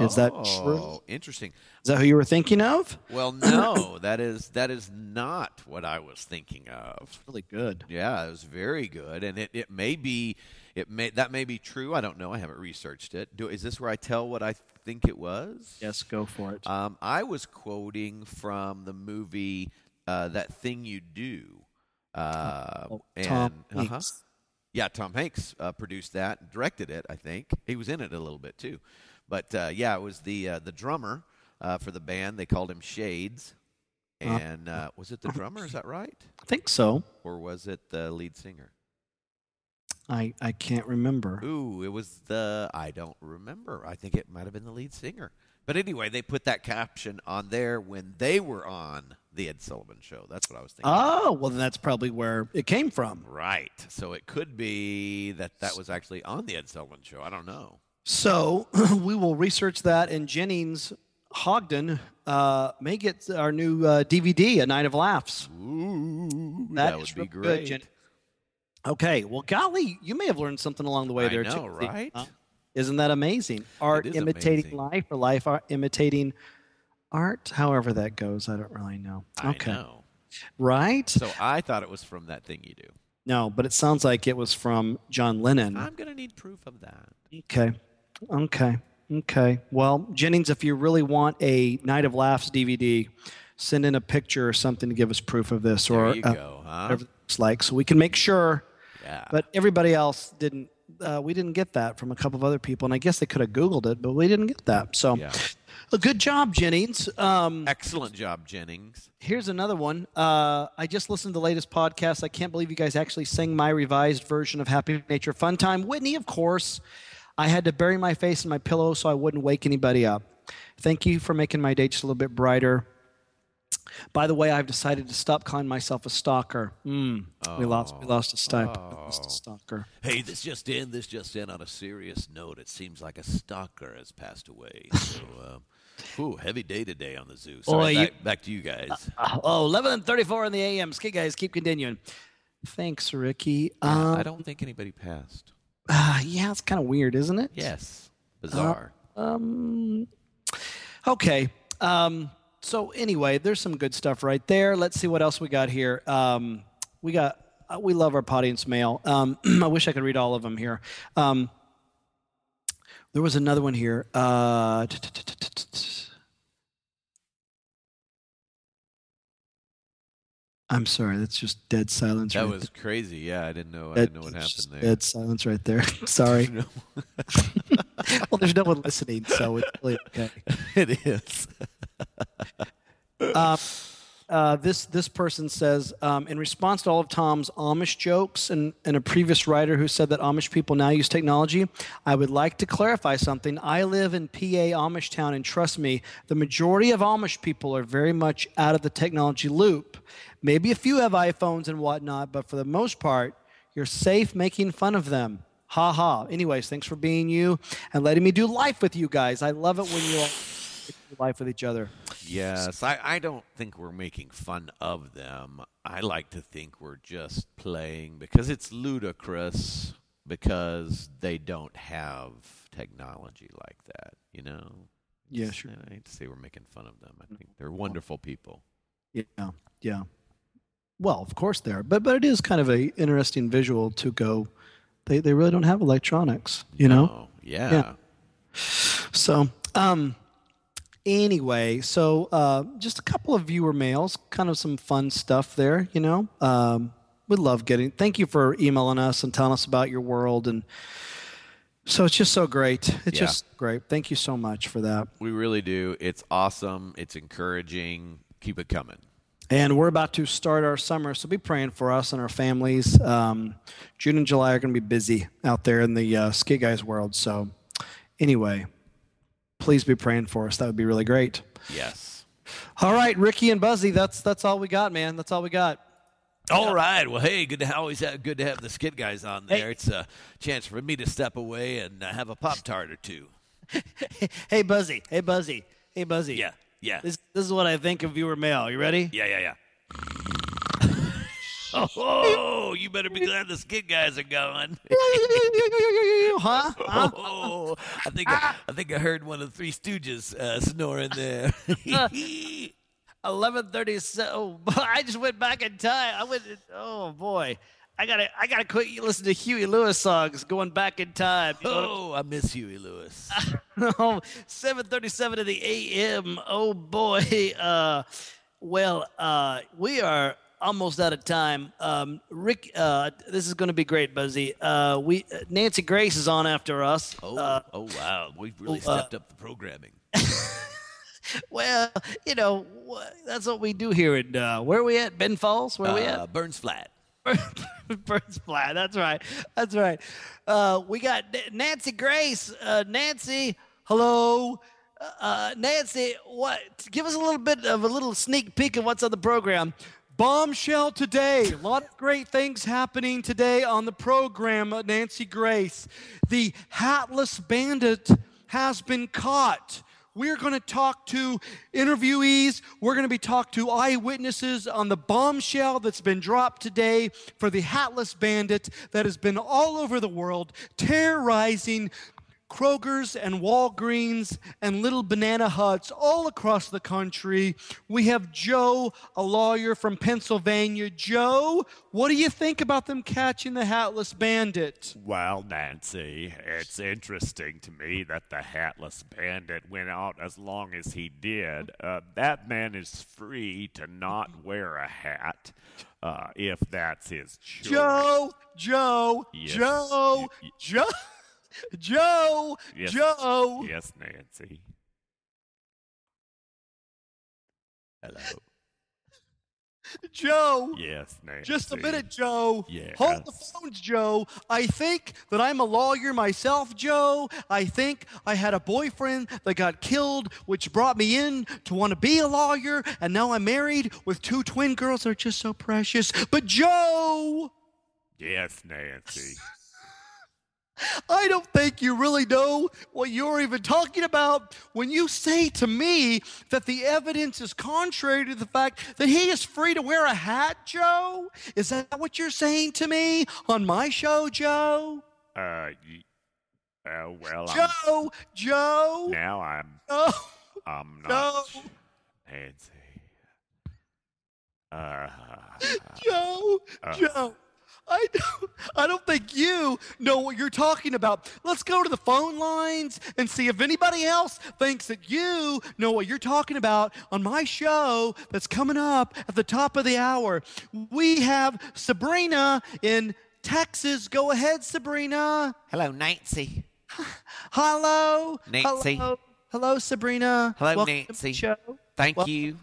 Is that true? Oh, Interesting. Is that who you were thinking of? Well, no, that is that is not what I was thinking of. Really good. Yeah, it was very good, and it, it may be it may that may be true. I don't know. I haven't researched it. Do, is this where I tell what I think it was? Yes, go for it. Um, I was quoting from the movie uh, that thing you do. Uh, Oh, and, Tom uh-huh. Hanks. Yeah, Tom Hanks uh, produced that, directed it. I think he was in it a little bit too, but uh, yeah, it was the uh, the drummer uh, for the band. They called him Shades, Uh-huh. and uh, was it the drummer? Is that right, I think so. or was it the lead singer? I, I can't remember. Ooh, it was the I don't remember. I think it might have been the lead singer. But anyway, they put that caption on there when they were on the Ed Sullivan Show. That's what I was thinking. Oh, well, then that's probably where it came from. Right. So it could be that that was actually on the Ed Sullivan Show. I don't know. So <clears throat> we will research that, and Jennings Hogden uh, may get our new uh, DVD, A Night of Laughs. Ooh, That that, is would real be good, great. Jen- Okay. Well, golly, you may have learned something along the way I there know, too. right? Uh, Isn't that amazing? Art is imitating amazing. life, or life art imitating art. However that goes, I don't really know. okay. I know. Right? So I thought it was from that thing you do. No, but it sounds like it was from John Lennon. I'm going to need proof of that. okay. Okay. Okay. Well, Jennings, if you really want a Night of Laughs DVD, send in a picture or something to give us proof of this, or There you uh, go, huh? whatever it looks like, so we can make sure. Yeah. But everybody else didn't. Uh, we didn't get that from a couple of other people, and I guess they could have Googled it, but we didn't get that. So, Yeah. a good job, Jennings. Um, Excellent job, Jennings. Here's another one. Uh, I just listened to the latest podcast. I can't believe you guys actually sang my revised version of Happy Nature Fun Time. Whitney, of course. I had to bury my face in my pillow so I wouldn't wake anybody up. Thank you for making my day just a little bit brighter. By the way, I've decided to stop calling myself a stalker. Mm, we lost, we lost a stipe. we lost a stalker. Hey, this just in. This just in. On a serious note, it seems like a stalker has <laughs> passed away. So, um, ooh, heavy day today on the zoo. Sorry, Boy, you- back, back to you guys. Oh, 11 and 34 in the AM. Ski guys, keep continuing. Thanks, Ricky. Yeah, Um, <sighs> I don't think anybody passed. uh, yeah, it's kind of weird, isn't it? Yes, bizarre. Uh, Okay. Um, so anyway, there's some good stuff right there. Let's see what else we got here. Um, we got uh, we love our audience mail. Um, <clears throat> I wish I could read all of them here. Um, there was another one here. Uh, t- t- t- t- t- t- I'm sorry, that's just dead silence. that right was crazy. Yeah, I didn't know. I there. didn't know what That's just happened there. Dead silence right there. <laughs> <laughs> sorry. No, well, there's no one listening, so it's really okay. <laughs> it is. Uh, this this person says um, in response to all of Tom's Amish jokes and, and a previous writer who said that Amish people now use technology, I would like to clarify something. I live in PA Amish town, and trust me, the majority of Amish people are very much out of the technology loop. Maybe a few have iPhones and whatnot, but for the most part, you're safe making fun of them. Ha ha. Anyways, thanks for being you and letting me do life with you guys. I love it when you all do life with each other. Yes, I, I don't think we're making fun of them. I like to think we're just playing because it's ludicrous because they don't have technology like that, you know? Yeah, It's- sure. Mm-hmm. I hate to say we're making fun of them. I think they're wonderful people. Yeah, yeah. Well, of course they are, but but it is kind of a interesting visual to go. They they really don't have electronics, you know. Oh, yeah. Yeah. So um, anyway, so uh, just a couple of viewer mails, kind of some fun stuff there, you know. Um, we love getting. Thank you for emailing us and telling us about your world and. So it's just so great. It's Yeah. just great. Thank you so much for that. We really do. It's awesome. It's encouraging. Keep it coming. And we're about to start our summer, so be praying for us and our families. Um, June and July are going to be busy out there in the uh, ski guys world. So, anyway, please be praying for us. That would be really great. Yes. All right, Ricky and Buzzy, that's that's all we got, man. That's all we got. All right. Well, hey, good to ha- always have, good to have the skid guys on there. It's a chance for me to step away and uh, have a pop tart or two. Hey, Buzzy. Hey, Buzzy. Hey, Buzzy. Yeah, yeah, This, this is what I think of viewer mail. You ready? yeah, yeah, yeah. <laughs> oh, you better be glad the skid guys are gone. <laughs> huh? huh? Oh, I think I, I think I heard one of the Three Stooges uh, snoring there. <laughs> 11:30. So <laughs> I just went back in time. I went. Oh boy, I gotta, I gotta quit listening to Huey Lewis songs going back in time. You know oh, I miss Huey Lewis. what I'm- <laughs> 7:37 in the a.m. Oh boy. <laughs> Uh, well, uh, we are almost out of time. Um, Rick, uh, this is going to be great, Buzzy. Uh, we Nancy Grace is on after us. Oh, Uh, oh wow, we've really uh, stepped up the programming. well, you know wha- that's what we do here. And uh, where are we at? Ben Falls. Where are we at? Uh, Burns Flat. <laughs> Bird's fly. That's right. That's right. Uh, we got N- Nancy Grace. Uh, Nancy, hello. Uh, Nancy, what? Give us a little bit of a little sneak peek of what's on the program. Bombshell today. A lot of great things happening today on the program. uh, Nancy Grace, the hatless bandit has been caught. We're going to talk to interviewees. We're going to be talked to eyewitnesses on the bombshell that's been dropped today for the hatless bandit that has been all over the world terrorizing Kroger's and Walgreens and little banana huts all across the country. We have Joe, a lawyer from Pennsylvania. Joe, what do you think about them catching the hatless bandit? Well, Nancy, it's interesting to me that the hatless bandit went out as long as he did. Uh, that man is free to not wear a hat uh, if that's his choice. Joe, Joe, Yes. Joe, Y- y- Joe, <laughs> Joe, Yes. Joe. Yes, Nancy. Hello. Joe. Yes, Nancy. Just a minute, Joe. Yes. Hold the phones, Joe. I think that I'm a lawyer myself, Joe. I think I had a boyfriend that got killed, which brought me in to want to be a lawyer, and now I'm married with two twin girls that are just so precious. But Joe, Yes, Nancy. I don't think you really know what you're even talking about when you say to me that the evidence is contrary to the fact that he is free to wear a hat, Joe. Is that what you're saying to me on my show, Joe? Uh, y- uh well, I'm, Joe, Joe, Oh. now I'm Joe, I'm Joe, not Nancy. Uh, Joe, Uh. Joe. I don't, I don't think you know what you're talking about. Let's go to the phone lines and see if anybody else thinks that you know what you're talking about on my show that's coming up at the top of the hour. We have Sabrina in Texas. Go ahead, Sabrina. Hello, Nancy. Hello. Nancy. Hello, Hello Sabrina. Hello, Welcome to my Nancy. show. Thank Well- you.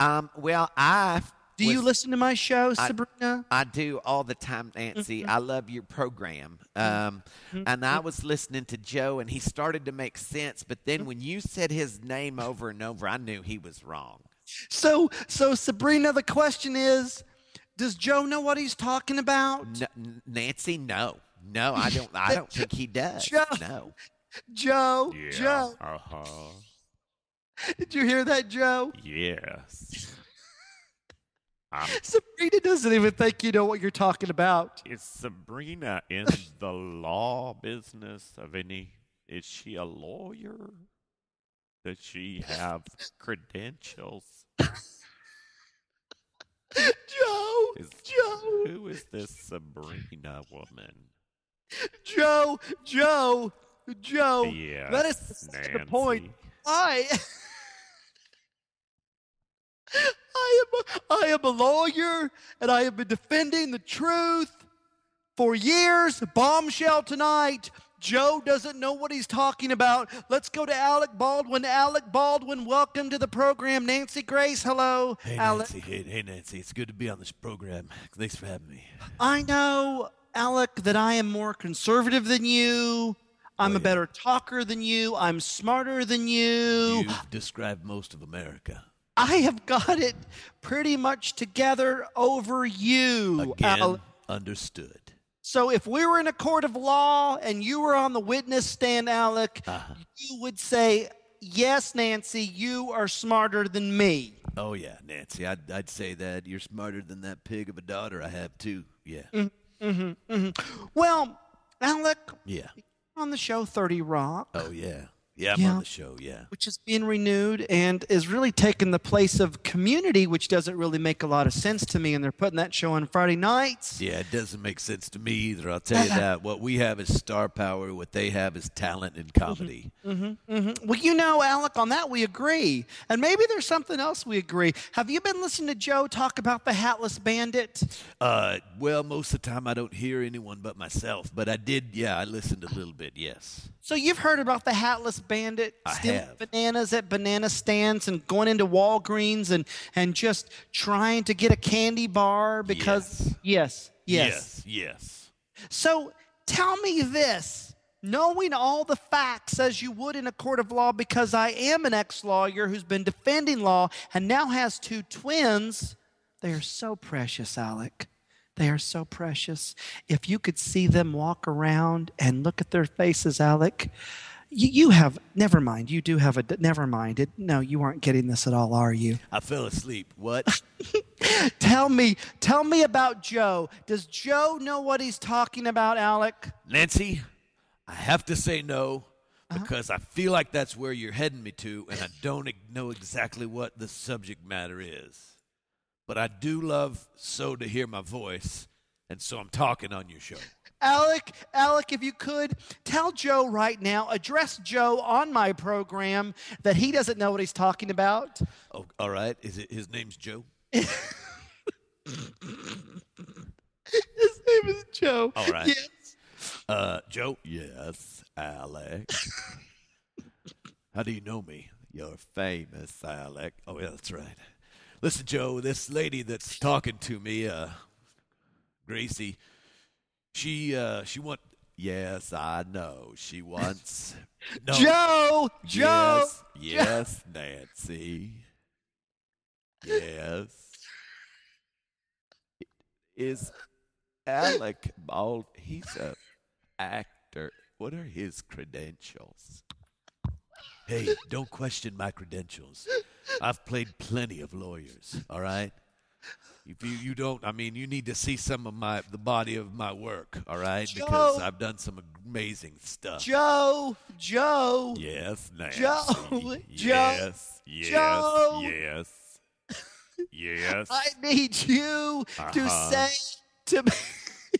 Um, well, I Do you was- listen to my show, I- Sabrina? I do all the time, Nancy. I love your program. Um, and I was listening to Joe, and he started to make sense. But then when you said his name over and over, I knew he was wrong. So, so Sabrina, the question is, does Joe know what he's talking about? N- N- Nancy, no, no, I don't. I don't think he does. Joe. No, Joe, yeah. Joe, Uh huh. did you hear that, Joe? Yes. I'm, Sabrina doesn't even think you know what you're talking about. is Sabrina <laughs> in the law business of any? Is she a lawyer? Does she have credentials? Joe, Is, Joe, Who is this Sabrina woman? Joe, Joe, Joe. yes, that is the second point. Nancy. I <laughs> I am a, I am a lawyer and I have been defending the truth for years. Bombshell tonight. Joe doesn't know what he's talking about. Let's go to Alec Baldwin. Alec Baldwin, welcome to the program. Nancy Grace, hello. Hey, Alec. Nancy. Hey, hey, Nancy. It's good to be on this program. Thanks for having me. I know, Alec, that I am more conservative than you. I'm Oh, a yeah. better talker than you. I'm smarter than you. You've described most of America. I have got it pretty much together over you. Again, Al- understood. so if we were in a court of law and you were on the witness stand, Alec, Uh-huh. you would say, Yes, Nancy, you are smarter than me. Oh, yeah, Nancy. I'd, I'd say that you're smarter than that pig of a daughter I have, too. Yeah. Well, Alec, Yeah. on the show 30 Rock, Oh, yeah. Yeah, I'm Yeah. on the show. Yeah. which is being renewed and is really taking the place of community, which doesn't really make a lot of sense to me. And they're putting that show on Friday nights. Yeah, it doesn't make sense to me either. I'll tell you that. What we have is star power. What they have is talent and comedy. Mm-hmm. Well, you know, Alec, on that we agree. And maybe there's something else we agree. Have you been listening to Joe talk about the hatless bandit? Uh, well, most of the time I don't hear anyone but myself, but I did. Yeah, I listened a little bit. Yes. So you've heard about the hatless bandit I stealing have. bananas at banana stands and going into Walgreens and, and just trying to get a candy bar because yes, yes. Yes. yes. So tell me this. Knowing all the facts as you would in a court of law, because I am an ex lawyer who's been defending law and now has two twins, they are so precious, Alec. They are so precious. If you could see them walk around and look at their faces, Alec, you, you have, never mind, you do have a, never mind. It, no, you aren't getting this at all, are you? I fell asleep. What? Tell me, tell me about Joe. Does Joe know what he's talking about, Alec? Nancy, I have to say no because I feel like that's where you're heading me to, and I don't ig- know exactly what the subject matter is. But I do love so to hear my voice, and so I'm talking on your show. Alec, Alec, if you could tell Joe right now, address Joe on my program that he doesn't know what he's talking about. Oh, all right. Is it his name's Joe? His name is <laughs> Joe. All right. Yes. Uh, Joe? Yes, <laughs> Alex. How do you know me? You're famous, Alec. Oh, yeah, that's right. Listen, Joe, this lady that's talking to me, uh, Gracie, she, uh, she want. Yes, I know. <laughs> She wants. No. Joe, Joe. Yes, <laughs> yes, Nancy. Yes. Is Alec Bald? He's a actor. What are his credentials? Hey, don't question my credentials. I've played plenty of lawyers. All right. If you, you don't, I mean, you need to see some of my the body of my work. All right, because Joe. I've done some amazing stuff. Joe, Joe. Yes, Nancy. Joe, Joe, Yes, yes, Joe. yes, <laughs> yes. I need you to Uh-huh. say to me, <laughs>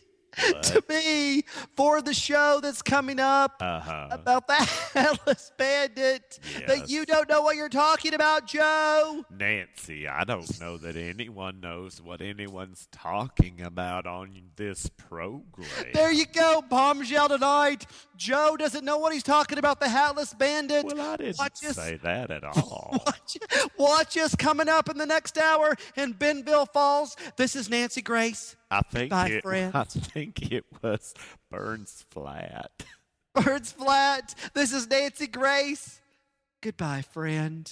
to me for the show that's coming up Uh-huh. about that <laughs> headless bandit that Yes. you don't know what you're talking about, Joe. Nancy, I don't know that anyone knows what anyone's talking about on this program. There you go, bombshell tonight. Joe doesn't know what he's talking about. The hatless bandit. well, I didn't Watch us- say <laughs> that at all. Watch, watch us coming up in the next hour in Benville Falls. This is Nancy Grace. I think Bye, it, friend. I think it was Burns Flat. Birds Flat. This is Nancy Grace. Goodbye, friend.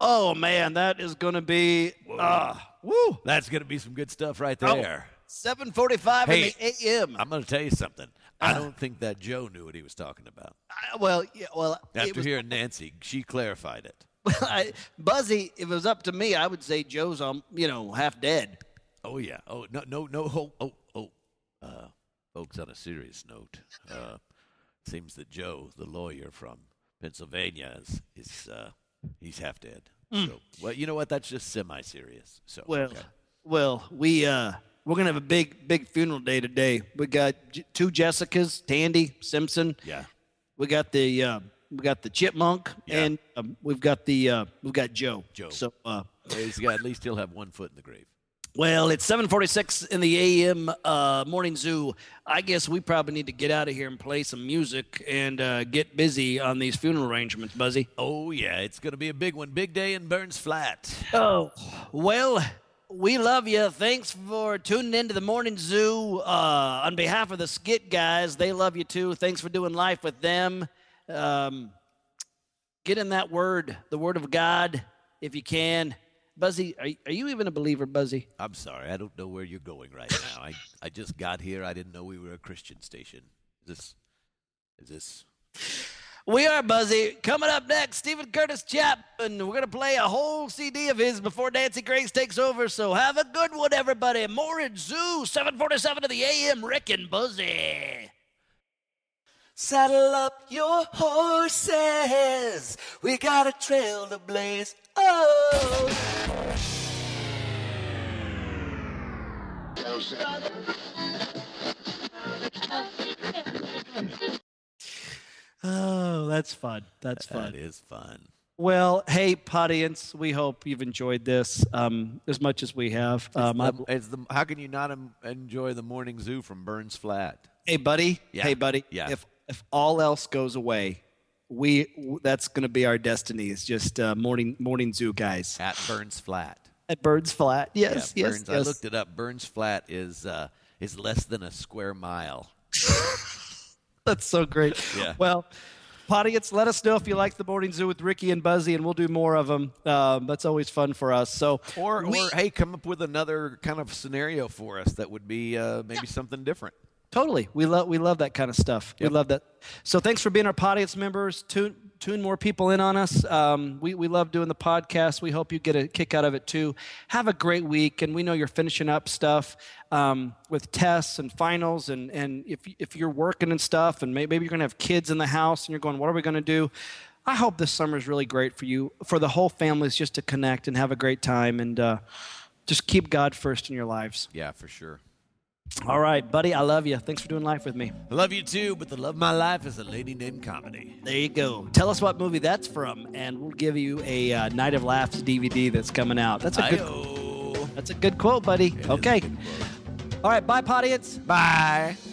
Oh man, that is gonna be uh, woo That's going to be some good stuff right Oh. there. seven forty-five Hey, in the a.m. I'm going to tell you something. Uh. I don't think that Joe knew what he was talking about. I- well, yeah, well, it <laughs> After was, hearing Nancy, she clarified it. I, Buzzy. If it was up to me, I would say Joe's um, you know, half dead. Oh yeah. Oh no no no. Oh oh oh. Uh, folks, on a serious note, uh, seems that Joe, the lawyer from Pennsylvania, is, is uh, he's half dead. So well, you know what? That's just semi-serious. So Hmm. Well, okay. well, we uh, we're gonna have a big, big funeral day today. We got J- two Jessicas, Tandy Simpson. yeah. We got the uh, we got the chipmunk, Yeah. and um, we've got the uh, we've got Joe. Joe. So, uh, Well, he's got at least he'll have one foot in the grave. well, it's seven forty-six in the a.m. Uh, morning zoo. I guess we probably need to get out of here and play some music and uh, get busy on these funeral arrangements, Buzzy. Oh yeah, it's gonna be a big one. Big day in Burns Flat. Oh, well, we love you. Thanks for tuning into the Morning Zoo. Uh, on behalf of the Skit guys, they love you too. Thanks for doing life with them. Um, get in that word, the word of God, if you can. Buzzy, are, are you even a believer, Buzzy? I'm sorry, I don't know where you're going right now. I, I just got here. I didn't know we were a Christian station. Is this is this We are Buzzy. Coming up next, Stephen Curtis Chapman. We're going to play a whole CD of his before Nancy Grace takes over. So have a good one, everybody. Morning Zoo, 747 to the AM. Rick and Buzzy. Saddle up your horses. We got a trail to blaze. Oh. Oh, that's fun. That's that fun. is fun. Well, hey, audience, we hope you've enjoyed this um, as much as we have. Um, I- Um, it's the, how can you not em- enjoy the morning zoo from Burns Flat? hey, buddy. Yeah, Hey, buddy. yeah. If if all else goes away, we w- that's going to be our destiny. It's just uh, morning morning zoo guys At Burns Flat. at Birds Flat. Yeah, Yes, yes, Burns, I yes. looked it up. Burns Flat is uh, is less than a square mile. That's so great. Yeah. Well, audience, let us know if you like the morning zoo with Ricky and Buzzy, and we'll do more of them. Um, that's always fun for us. So Or, we- or hey, come up with another kind of scenario for us that would be uh, maybe something different. Totally. We love we love that kind of stuff. We love that. So thanks for being our audience members. Tune tune more people in on us. Um, we we love doing the podcast. We hope you get a kick out of it too. Have a great week, and we know you're finishing up stuff um, with tests and finals, and and if if you're working and stuff, and may- maybe you're gonna have kids in the house, and you're going, what are we gonna do? I hope this summer is really great for you, for the whole families, just to connect and have a great time, and uh, just keep God first in your lives. Yeah, for sure. All right, buddy, I love you. Thanks for doing life with me. I love you too, but the love of my life is a lady named Comedy. There you go. Tell us what movie that's from, and we'll give you a uh, Night of Laughs DVD that's coming out. That's a good. Ayo. That's a good quote, buddy. okay. All right, bye, audience. Bye.